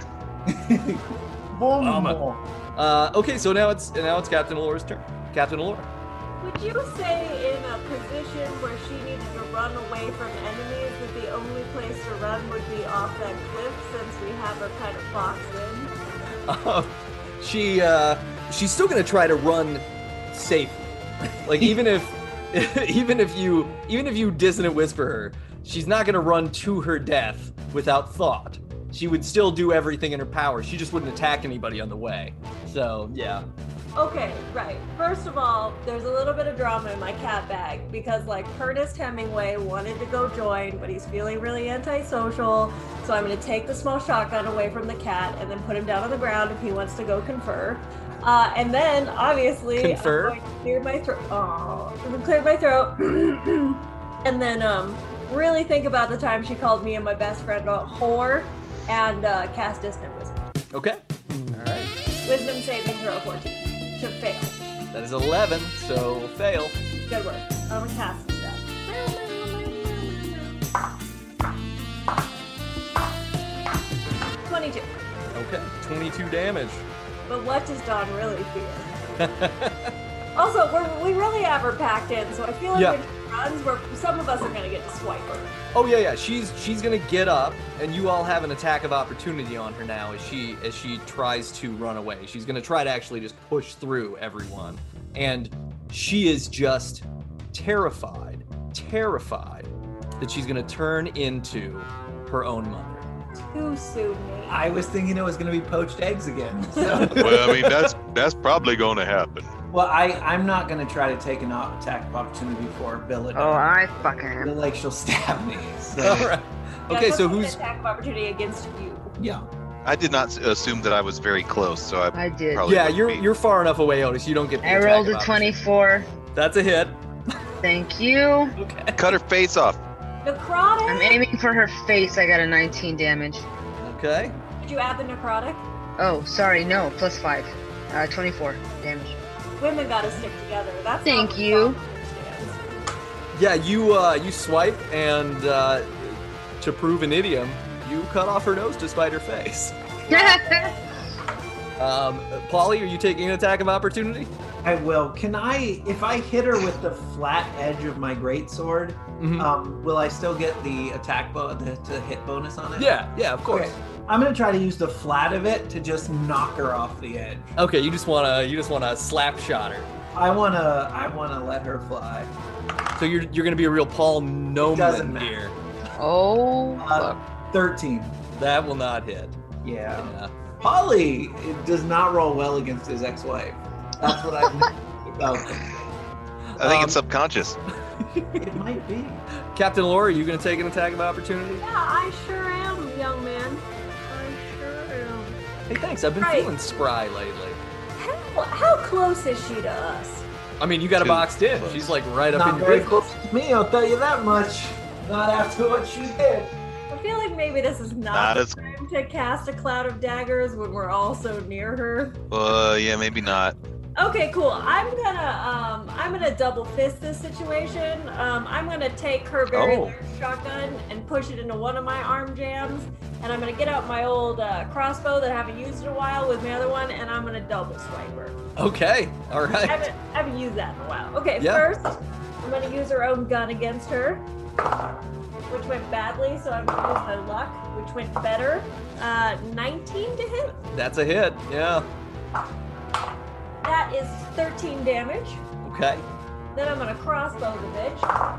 Baltimore.
Uh, okay, so now it's now it's Captain Alora's turn. Captain Alora.
Would you say in a position where she needed to run away from enemies that the only place to run would be off that cliff since we have her kind of boxed
Um,
in?
she uh, she's still gonna try to run safe. Like even if even if you even if you dissonant whisper her, she's not gonna run to her death without thought. She would still do everything in her power. She just wouldn't attack anybody on the way. So yeah,
Okay, right. First of all, there's a little bit of drama in my cat bag because like Curtis Hemingway wanted to go join, but he's feeling really antisocial. So I'm gonna take the small shotgun away from the cat and then put him down on the ground if he wants to go confer. Uh, and then obviously I'm
Confer?
going to clear my throat. Oh, I'm gonna clear my throat. and then um, really think about the time she called me and my best friend a whore and uh, cast distant wisdom.
okay, all right.
Wisdom saving throw 14 to fail.
That is eleven, so we'll fail.
Good work. I'm gonna cast some stuff. Twenty-two.
Okay, twenty-two damage.
But what does Dawn really fear? Also, we're, we really have her packed in, so I feel like
Yeah.
when she runs, we're, some of us are gonna get to swipe her.
Oh yeah, yeah. She's she's gonna get up, and you all have an attack of opportunity on her now as she as she tries to run away. She's gonna try to actually just push through everyone, and she is just terrified, terrified that she's gonna turn into her own mother.
Too soon, Nate.
I was thinking it was gonna be poached eggs again. So,
Well, I mean that's that's probably going to happen.
well, I I'm not gonna try to take an op- attack of opportunity for Villa.
Oh, I fucking
I
am. Oh.
feel like she'll stab me. So,
All right.
Yeah,
Okay, so
so it's an
who's
attack of opportunity against you?
yeah.
I did not s- assume that I was very close, so I
I did.
Probably.
yeah? You're you're far enough away, Otis. You don't get. the
I
attack
rolled
of
a
opportunity.
24.
That's a hit.
Thank you.
cut her face off.
Necrotic?
I'm aiming for her face. I got a 19 damage.
Okay.
Did you add the necrotic?
Oh, sorry, no, plus 5. Uh, 24 damage.
Women gotta stick together. That's
Thank
how
you.
Dawn understands.
Yeah, you uh, you swipe, and uh, to prove an idiom, you cut off her nose to spite her face. Um, Polly, are you taking an attack of opportunity?
I will. Can I, if I hit her with the flat edge of my greatsword,
Mm-hmm.
Mhm.
um, will I still get the attack bo- the, the hit bonus on it?
Yeah, yeah, of course.
Okay. I'm gonna try to use the flat of it to just knock her off the edge.
Okay, you just wanna you just wanna slap shot her.
I wanna, I wanna let her fly.
So you're you're gonna be a real Paul Noman
Doesn't matter.
here.
Oh,
Uh,
fuck.
Thirteen.
That will not hit.
Yeah.
Yeah.
Polly it does not roll well against his ex-wife. That's what I've noticed about them.
I think
Um,
it's subconscious.
It might be.
Captain Laura, are you gonna take an attack of opportunity?
Yeah, I sure am, young man. I sure am.
Hey, thanks. I've been
Right.
feeling spry lately.
How, how close is she to us?
I mean, you got a
Too
boxed in.
close.
She's like right up
Not
in your
very close to me, I'll tell you that much. Not after what she did.
I feel like maybe this is not,
Not
the
as-
time to cast a cloud of daggers when we're all so near her.
Uh, yeah, maybe not.
Okay, cool. I'm gonna um I'm gonna double fist this situation. Um I'm gonna take her very
Oh.
large shotgun and push it into one of my arm jams, and I'm gonna get out my old uh, crossbow that I haven't used in a while with my other one, and I'm gonna double swipe her.
Okay. All
I
right.
haven't, I haven't used that in a while. Okay,
Yeah.
first I'm gonna use her own gun against her, which went badly, so I'm gonna use her luck, which went better. Uh, 19 to hit.
That's a hit. Yeah.
That is 13 damage.
Okay.
Then I'm gonna crossbow the bitch.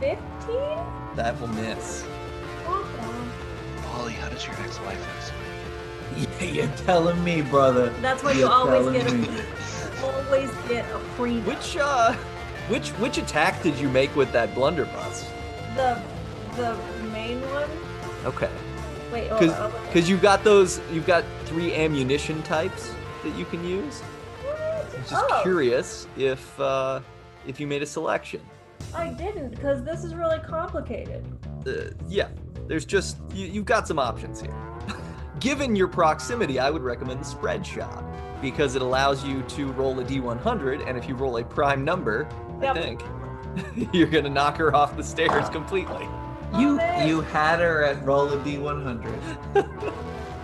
15?
That will miss.
Polly, how does your ex-wife
Oh.
answer?
Yeah, you're telling me, brother.
That's what you
You're
always
telling
get. A,
me.
you always get a free
Which uh which which attack did you make with that blunderbuss?
the the main one.
Okay.
Wait, hold
Uh,
on.
Because you've got those you've got three ammunition types that you can use. I'm just
oh,
curious if uh if you made a selection.
I didn't because this is really complicated.
Uh, yeah. There's just you, you've got some options here. Given your proximity, I would recommend the spread shot because it allows you to roll a d100, and if you roll a prime number,
Yep.
I think you're gonna knock her off the stairs completely.
You
Love it.
you had her at roll a d100.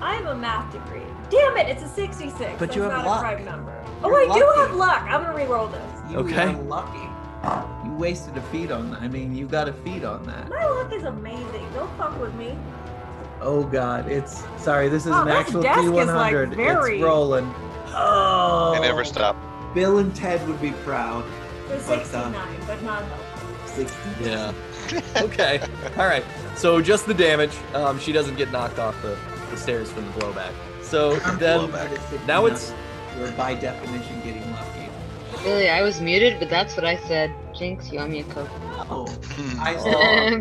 I have a math degree. Damn it, it's a 66.
But
That's
you have
not
luck.
a prime number.
You're
oh, I do
lucky.
have luck. I'm gonna reroll this.
You
Okay.
were lucky. You wasted a feed on. I mean, you got a feed on that.
My luck is amazing. Don't fuck with me.
Oh God, it's sorry. This is
Wow,
an
this
actual
Oh, desk is, like,
D100.
very-
It's rolling. Oh.
They never stop.
Bill and Ted would be proud.
So
Fucked up.
69, but not helpful.
Sixty.
Yeah. okay. All right. So just the damage. Um, she doesn't get knocked off the, the stairs from the blowback. So then
Blowback.
now it's
You're by definition getting lucky.
Billy, I was muted, but that's what I said. Jinx, you owe me a Coke.
Oh,
Hmm.
I saw.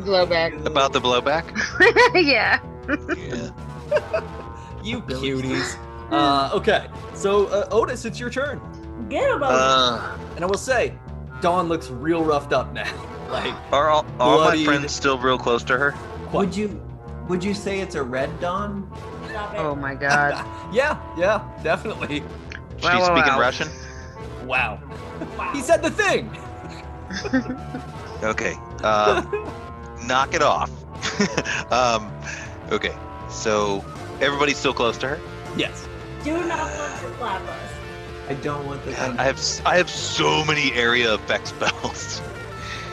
Blowback.
About the blowback?
yeah.
yeah.
you cuties. Uh, okay. So uh, Otis, it's your turn.
Get him
Uh,
And I will say, Dawn looks real roughed up now. like
are all, all my
Bloodied.
friends still real close to her?
Would you? Would you say it's a red dawn?
Stop it.
Oh my god.
yeah, yeah, definitely.
She's
Wow, wow,
speaking
wow.
Russian?
Wow.
Wow.
He said the thing.
Okay. Um, knock it off. um, okay. So everybody's still close to her.
Yes.
Do not want to slap us.
I don't want the.
God, I have s- I have so many area effect spells.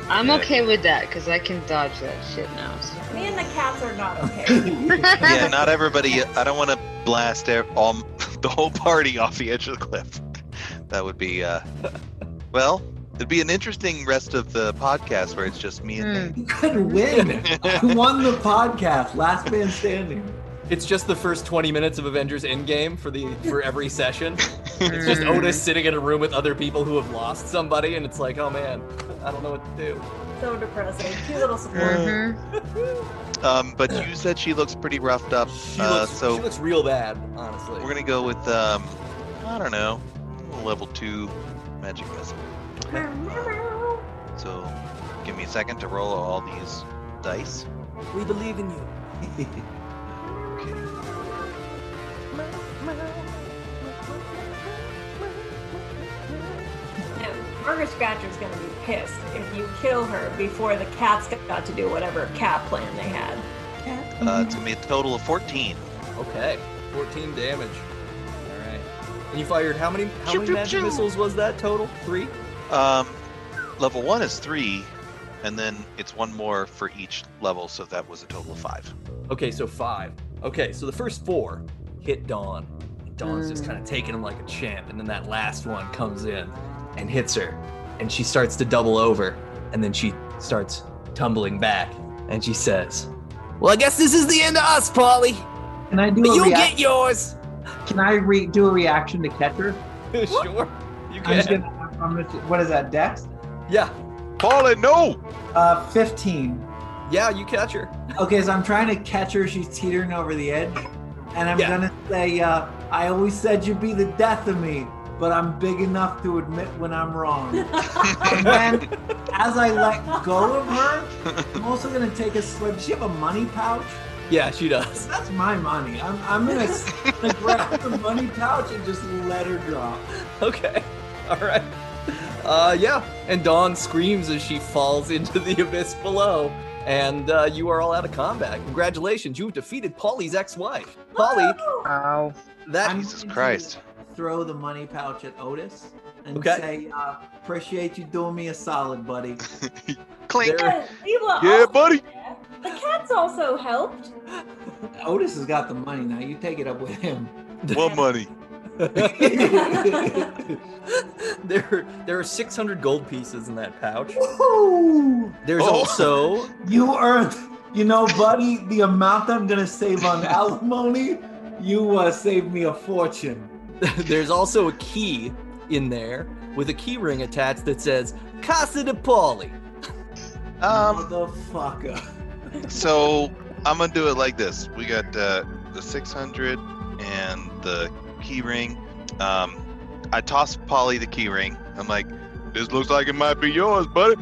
I'm
Yeah.
okay with that because I can dodge that shit now. so-
Me and the cats are not okay.
yeah, not everybody. I don't want to blast ev- all the whole party off the edge of the cliff. That would be uh, well, it'd be an interesting rest of the podcast where it's just me and
Hmm.
You could win. You won the podcast. Last man standing.
It's just the first 20 minutes of Avengers Endgame for the for every session. It's just
Mm.
Otis sitting in a room with other people who have lost somebody, and it's like, oh man, I don't know what to do.
so depressing. Cute little support.
Mhm.
Nate. Um, but you said she looks pretty roughed up.
She,
Uh,
looks,
so-
she looks real bad, honestly.
We're gonna go with um, I don't know, level two magic missile. So give me a second to roll all these dice.
We believe in you.
Okay. Uh,
No, Margaret Scratcher's gonna be pissed if you kill her before the cats got to do whatever cat plan they had.
Uh, it's gonna be a total of fourteen.
Okay, 14 damage. All right. And you fired how many how
Pew,
many
pew,
magic
pew.
missiles was that total? Three?
Um, level one is three, and then it's one more for each level, so that was a total of five.
Okay, so five. Okay, so the first four hit Dawn. Dawn's just
Mm.
kind of taking him like a champ, and then that last one comes in and hits her, and she starts to double over, and then she starts tumbling back, and she says, "Well, I guess this is the end of us, Polly.
Can I do
But
a
you
reac-
get yours."
Can I re- do a reaction to catch her?
sure. You
I'm just
can.
gonna. I'm gonna. What is that? Dex?
Yeah,
Paula, no!
Uh, fifteen.
yeah, you catch her.
Okay, so I'm trying to catch her. She's teetering over the edge, and I'm
Yeah.
gonna say, uh, "I always said you'd be the death of me, but I'm big enough to admit when I'm wrong." and then, as I let go of her, I'm also gonna take a slip. Does She have a money pouch.
Yeah, she does.
That's my money. I'm, I'm gonna, s- gonna grab the money pouch and just let her drop.
Okay. All right. Uh, yeah. And Dawn screams as she falls into the abyss below. And uh, you are all out of combat. Congratulations, you've defeated Polly's ex-wife. Polly,
Oh,
Wow.
that
I'm
Jesus
going to
Christ.
Throw the money pouch at Otis and
Okay.
say, uh, "Appreciate you doing me a solid, buddy."
Clink!
There-
Yeah, Zebra
Yeah,
also-
buddy.
The cats also helped.
Otis has got the money now. You take it up with him.
What money?
there, there are 600 gold pieces in that pouch.
Woo!
There's
Oh.
also
You earned, you know, buddy, the amount I'm gonna save on alimony. You uh, saved me a fortune.
there's also a key in there with a key ring attached that says Casa de Polly.
Um,
Motherfucker.
so I'm gonna do it like this. We got uh, the 600 and the key ring. Um, I toss Polly the key ring. I'm like, this looks like it might be yours, buddy.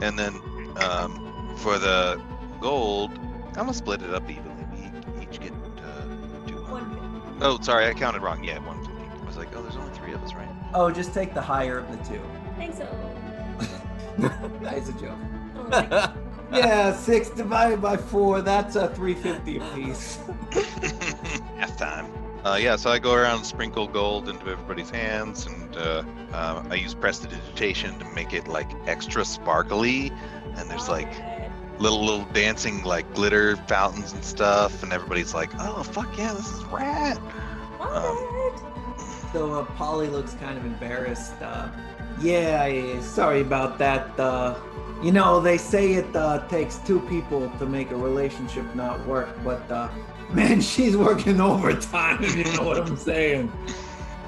And then um, for the gold, I'm gonna split it up evenly. We each get uh, 200.
One-
Oh, sorry, I counted wrong. Yeah, 150. I was like, oh, there's only three of us, right?
Oh, just take the higher of the two.
Thanks. Oh.
That's a joke.
Oh my God.
Yeah, six divided by four. That's a three fifty apiece.
Half time. Uh, yeah, so I go around and sprinkle gold into everybody's hands, and uh, um, I use prestidigitation to make it like extra sparkly. And there's like
Okay.
little little dancing like glitter fountains and stuff, and everybody's like, "Oh fuck yeah, this is rad!"
What?
So uh, Polly looks kind of embarrassed. Uh, yeah, yeah, sorry about that. Uh, you know, they say it uh, takes two people to make a relationship not work, but uh, man, she's working overtime. if You know what I'm saying?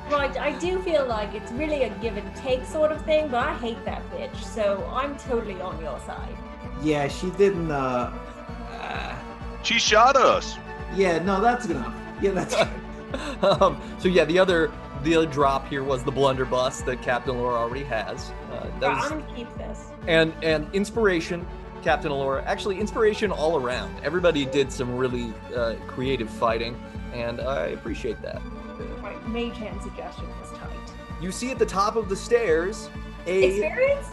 Right, I do feel like it's really a give and take sort of thing, but I hate that bitch, so I'm totally on your side.
Yeah, she didn't. Uh, uh,
She shot us.
yeah, no, that's enough. Yeah, that's.
um, so yeah, the other the other drop here was the blunderbuss that Captain Laura already has. Uh, that
Right,
was-
I'm gonna keep this.
and and inspiration, Captain Laura. Actually, inspiration all around. Everybody did some really uh, creative fighting, and I appreciate that.
Right, mage hand suggestion was tight.
You see at the top of the stairs a
Experience?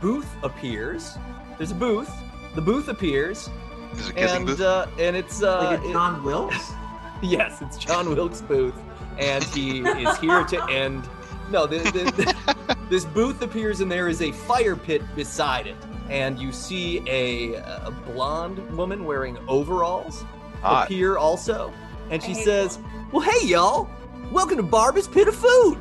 booth appears. There's a booth. The booth appears,
This is a kissing
and
booth.
uh, and it's uh,
like
it-
it's John Wilkes.
Yes, it's John Wilkes Booth, and he is here to end. No, the, the, this booth appears, and there is a fire pit beside it. And you see a, a blonde woman wearing overalls
Hot.
appear also. And
I
she
hate
says, Well, hey, y'all, welcome to Barbara's Pit of Food.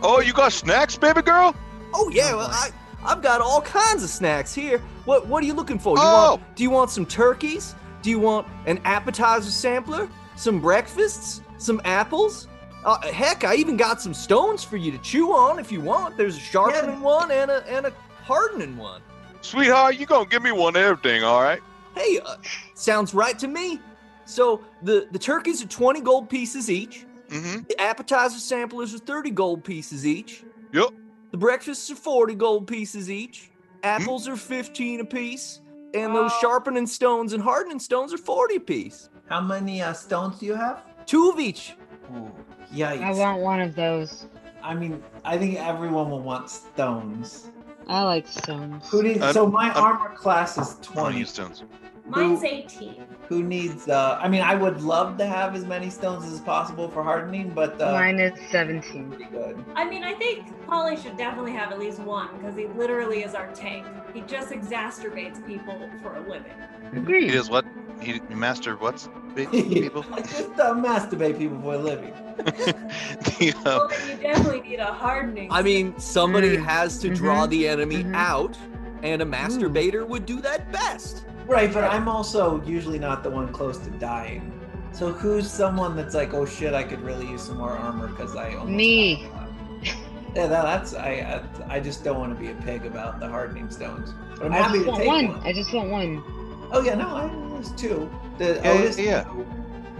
Oh, you got snacks, baby girl?
Oh, yeah, well, I, I've got all kinds of snacks here. What, what are you looking for? You
Oh.
want, do you want some turkeys? Do you want an appetizer sampler? Some breakfasts? Some apples? Uh, heck, I even got some stones for you to chew on if you want. There's a sharpening one and a, and a hardening one.
Sweetheart, you gonna give me one of everything, all right?
Hey, uh, sounds right to me. So the, the turkeys are 20 gold pieces each.
Mm-hmm.
The appetizer samplers are 30 gold pieces each.
Yep.
The breakfasts are 40 gold pieces each. Apples are 15 apiece. And those
Wow.
sharpening stones and hardening stones are 40 apiece.
How many uh, stones do you have?
Two of each.
Ooh, yikes!
I want one of those.
I mean, I think everyone will want stones.
I like stones.
Who did?
I'm-
so my
I'm-
armor class is
I don't
twenty.
use stones.
Mine's 18.
Who needs? Uh, I mean, I would love to have as many stones as possible for hardening, but uh,
Mine is 17.
pretty good.
I mean, I think Polly should definitely have at least one because he literally is our tank. He just exacerbates people for a living.
He
Agreed.
does what? He master what's big people?
I just uh, masturbate people for a living.
The, uh,
Well, then you definitely need a hardening.
Oh. I mean, somebody
Mm-hmm.
Mm.
has to draw
Mhm.
the enemy
Mhm.
out, and a
Mm.
masturbator would do that best.
Right, but I'm also usually not the one close to dying. So who's someone that's like, oh shit, I could really use some more armor because I almost
Me.
died a lot." Yeah, that, that's I, I. I just don't want to be a pig about the hardening stones. But I'm
I just
happy to
want
take
one.
one.
I just want one.
Oh yeah, no, I, there's two. The,
Yeah,
oh, there's
yeah,
two.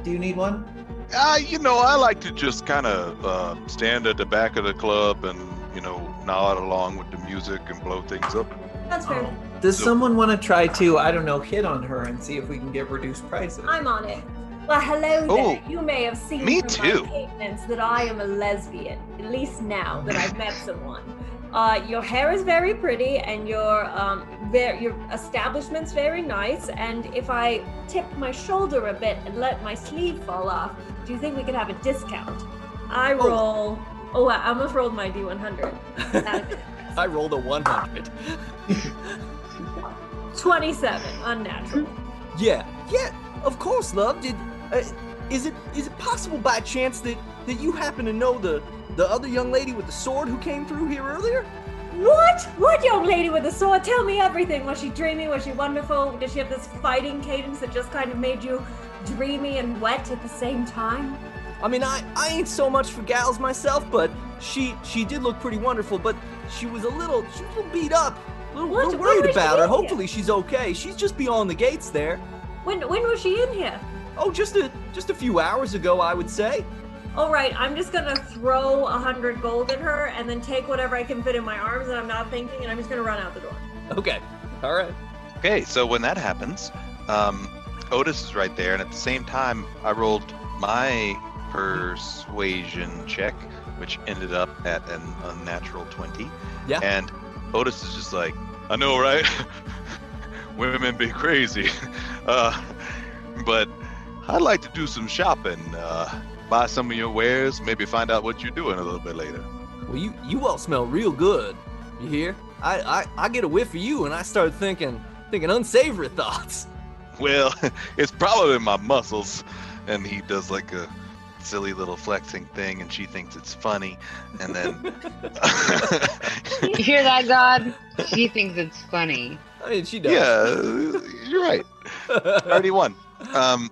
Do you need one?
Uh, you know, I like to just kind of uh, stand at the back of the club and, you know, nod along with the music and blow things up.
That's fair.
Does
So-
someone want to try to, I don't know, hit on her and see if we can get reduced prices?
I'm on it. Well, hello there. you may have seen
Oh, me
from
too.
my statements that I am a lesbian, at least now that I've met someone. Uh, your hair is very pretty, and your um, ver- your establishment's very nice. And if I tip my shoulder a bit and let my sleeve fall off, do you think we could have a discount? I
Oh.
roll. Oh, I I almost rolled my D100. That-
I rolled a 100.
27, unnatural.
Yeah, yeah, of course, love. Did uh, is it is it possible by chance that that you happen to know the the other young lady with the sword who came through here earlier?
What? What young lady with the sword? Tell me everything. Was she dreamy? Was she wonderful? Did she have this fighting cadence that just kind of made you dreamy and wet at the same time?
I mean, I I ain't so much for gals myself, but she she did look pretty wonderful. But she was a little she was a little beat up. A little,
What-
little
when
worried
was she
about her.
in here?
Hopefully, she's okay. She's just beyond the gates there.
When when was she in here?
Oh, just a just a few hours ago, I would say.
All right, I'm just gonna throw a hundred gold at her and then take whatever I can fit in my arms, and I'm not thinking, and I'm just gonna run out the door.
Okay, all right.
okay, so when that happens, um, Otis is right there, and at the same time, I rolled my persuasion check, which ended up at an unnatural twenty.
Yeah.
And Otis is just like, I know, right? Women be crazy, uh, but I'd like to do some shopping. Uh, buy some of your wares, maybe find out what you're doing a little bit later.
Well, you you all smell real good. You hear? I I, I get a whiff of you, and I start thinking thinking unsavory thoughts.
Well, it's probably my muscles. And he does like a silly little flexing thing, and she thinks it's funny. And then.
You hear that, God? She thinks it's funny.
I mean, she does.
yeah, you're right. 31. Um,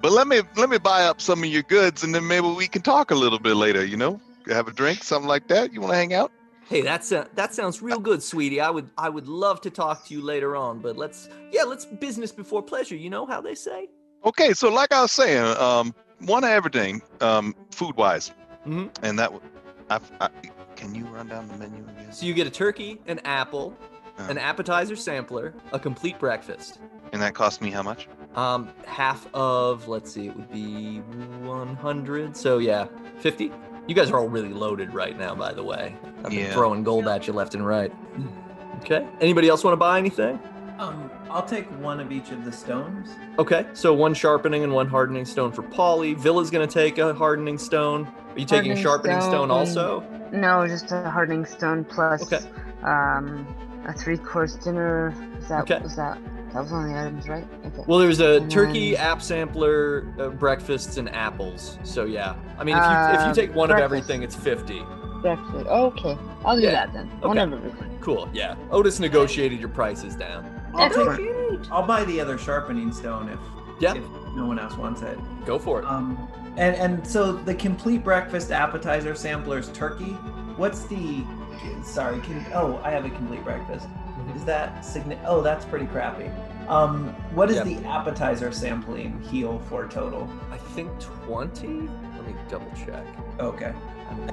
but let me let me buy up some of your goods, and then maybe we can talk a little bit later. You know, have a drink, something like that. You want to hang out?
hey, that's uh, that sounds real good, sweetie. I would I would love to talk to you later on, but let's yeah, let's business before pleasure. You know how they say?
Okay, so like I was saying, um, one of everything, um, food wise,
Mhm.
and that. w- I, I, can you run down the menu again?
So you get a turkey, an apple, an appetizer sampler, a complete breakfast.
And that cost me how much?
Um, half of let's see, it would be 100. So yeah, 50. You guys are all really loaded right now, by the way. I've been
Yeah.
throwing gold at you left and right. Okay. Anybody else want to buy anything?
Um, I'll take one of each of the stones.
Okay. So one sharpening and one hardening stone for Polly. Villa's gonna take a hardening stone. Are you taking a
Hardening
sharpening stone,
stone.
also?
No, just a hardening stone plus
Okay.
um, a three course dinner. Is that
Okay.
was that that was one of the items, right? Okay.
Well, there's a
And
turkey,
then-
app sampler, uh, breakfasts, and apples. So yeah. I mean, if you if
Uh,
you take one of
breakfast.
everything, it's 50.
Breakfast. okay, I'll do
Yeah.
that then.
Okay.
One of everything.
Cool. Yeah. Otis negotiated your prices down.
I'll
Oh,
Excellent.
take.
Cute.
I'll buy the other sharpening stone if.
Yeah.
If no one else wants it.
Go for it.
Um, and and so the complete breakfast appetizer sampler's turkey. What's the? Sorry, can oh I have a complete breakfast.
Mm-hmm.
Is that signi- Oh, that's pretty crappy. Um, what is
Yeah.
the appetizer sampling heal for total?
I think 20. Let me double check.
Okay.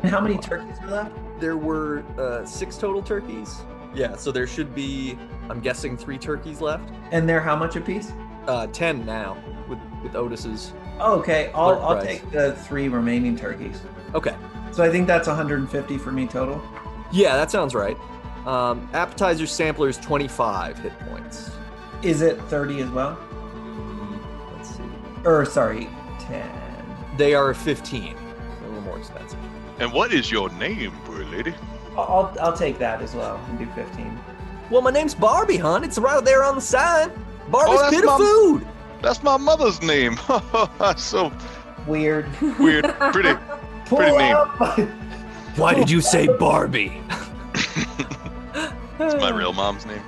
And how many turkeys are left?
There were uh, six total turkeys. Yeah, so there should be, I'm guessing, three turkeys left.
And they're how much a piece?
Uh, ten now with with Otis's.
Oh, okay, I'll
Clerk
I'll
price.
take the three remaining turkeys.
Okay.
So I think that's 150 for me total.
Yeah, that sounds right. Um, appetizer sampler is 25 hit points.
Is it 30 as well? Or sorry, ten.
They are 15. A little more expensive.
And what is your name, poor lady?
I'll I'll take that as well and do fifteen.
Well, my name's Barbie, hon. It's right there on the sign. Barbie's
Oh, that's
Pit of
my-
Food.
That's my mother's name. That's so
Weird.
weird. Pretty.
Pull
Pretty neat.
up.
Why did you say Barbie?
It's my real mom's name.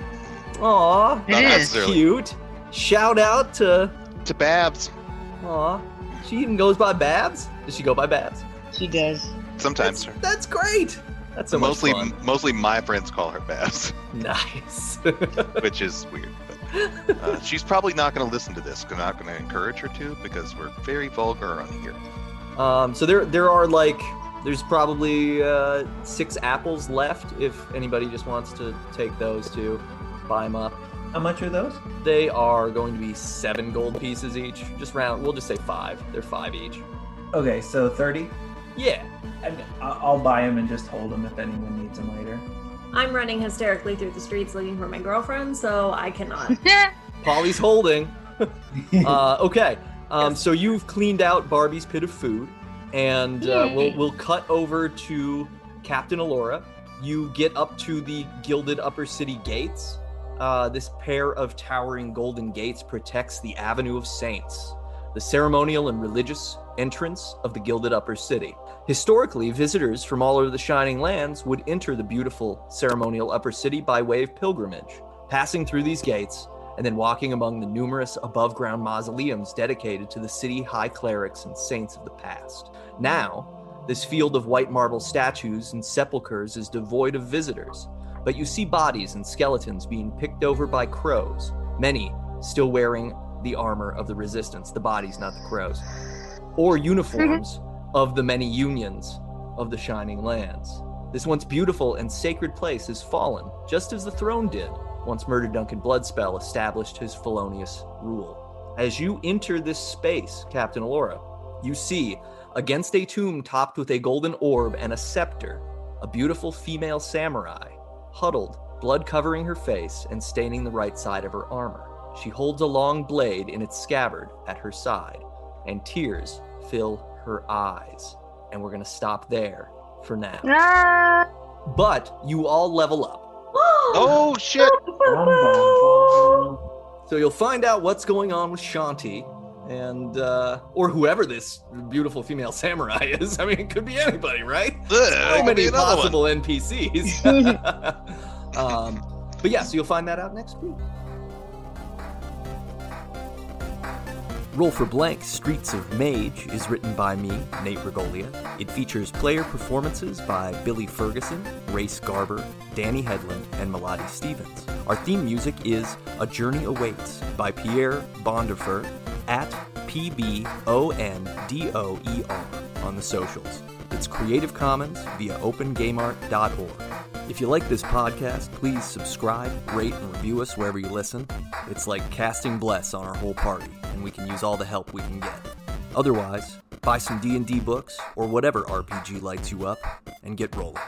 Aw,
Not
It is
necessarily.
cute. Shout out to.
To Babs.
Aw, she even goes by Babs. Does she go by Babs?
She does.
Sometimes, sir.
That's great. That's so
mostly,
much
mostly my friends call her Babs,
fun. Nice.
which is weird. But, uh, she's probably not going to listen to this. I'm not going to encourage her to because we're very vulgar on here.
um, so there, there are like, there's probably uh, six apples left. If anybody just wants to take those to buy them up,
How much are those?
they are going to be seven gold pieces each. Just round. We'll just say five. They're five each.
Okay, so thirty.
Yeah.
And I- I'll buy them and just hold them if anyone needs them later.
I'm running hysterically through the streets looking for my girlfriend, so I cannot.
Polly's holding. uh, okay. Um, so you've cleaned out Barbie's pit of food, and uh, we'll
Yay.
we'll cut over to Captain Alora. You get up to the gilded upper city gates. Uh, this pair of towering golden gates protects the Avenue of Saints, the ceremonial and religious entrance of the gilded upper city. Historically, visitors from all over the Shining Lands would enter the beautiful ceremonial upper city by way of pilgrimage, passing through these gates and then walking among the numerous above ground mausoleums dedicated to the city high clerics and saints of the past. Now, this field of white marble statues and sepulchres is devoid of visitors, but you see bodies and skeletons being picked over by crows, many still wearing the armor of the resistance, the bodies, not the crows, or uniforms of the many unions of the Shining Lands. This once beautiful and sacred place has fallen, just as the throne did once murdered Duncan Bloodspell established his felonious rule. As you enter this space, Captain Alora, you see, against a tomb topped with a golden orb and a scepter, a beautiful female samurai, huddled, blood covering her face and staining the right side of her armor. She holds a long blade in its scabbard at her side, and tears fill her eyes. And we're going to stop there for now.
Ah!
But you all level up.
Oh shit!
Bum, bum, bum.
So you'll find out what's going on with Shanti and uh, or whoever this beautiful female samurai is. I mean, it could be anybody, right?
Ugh,
So
it could be
many
another one.
possible NPCs. um, but yeah, so you'll find that out next week. Roll for Blank Streets of Mage is written by me, Nate Regolia. It features player performances by Billy Ferguson, Race Garber, Danny Headland, and Melody Stevens. Our theme music is A Journey Awaits by Pierre Bondefer at P B O N D O E R on the socials. It's Creative Commons via opengameart.org. If you like this podcast, please subscribe, rate, and review us wherever you listen. It's like casting bless on our whole party, and we can use all the help we can get. Otherwise, buy some D&D books or whatever RPG lights you up and get rolling.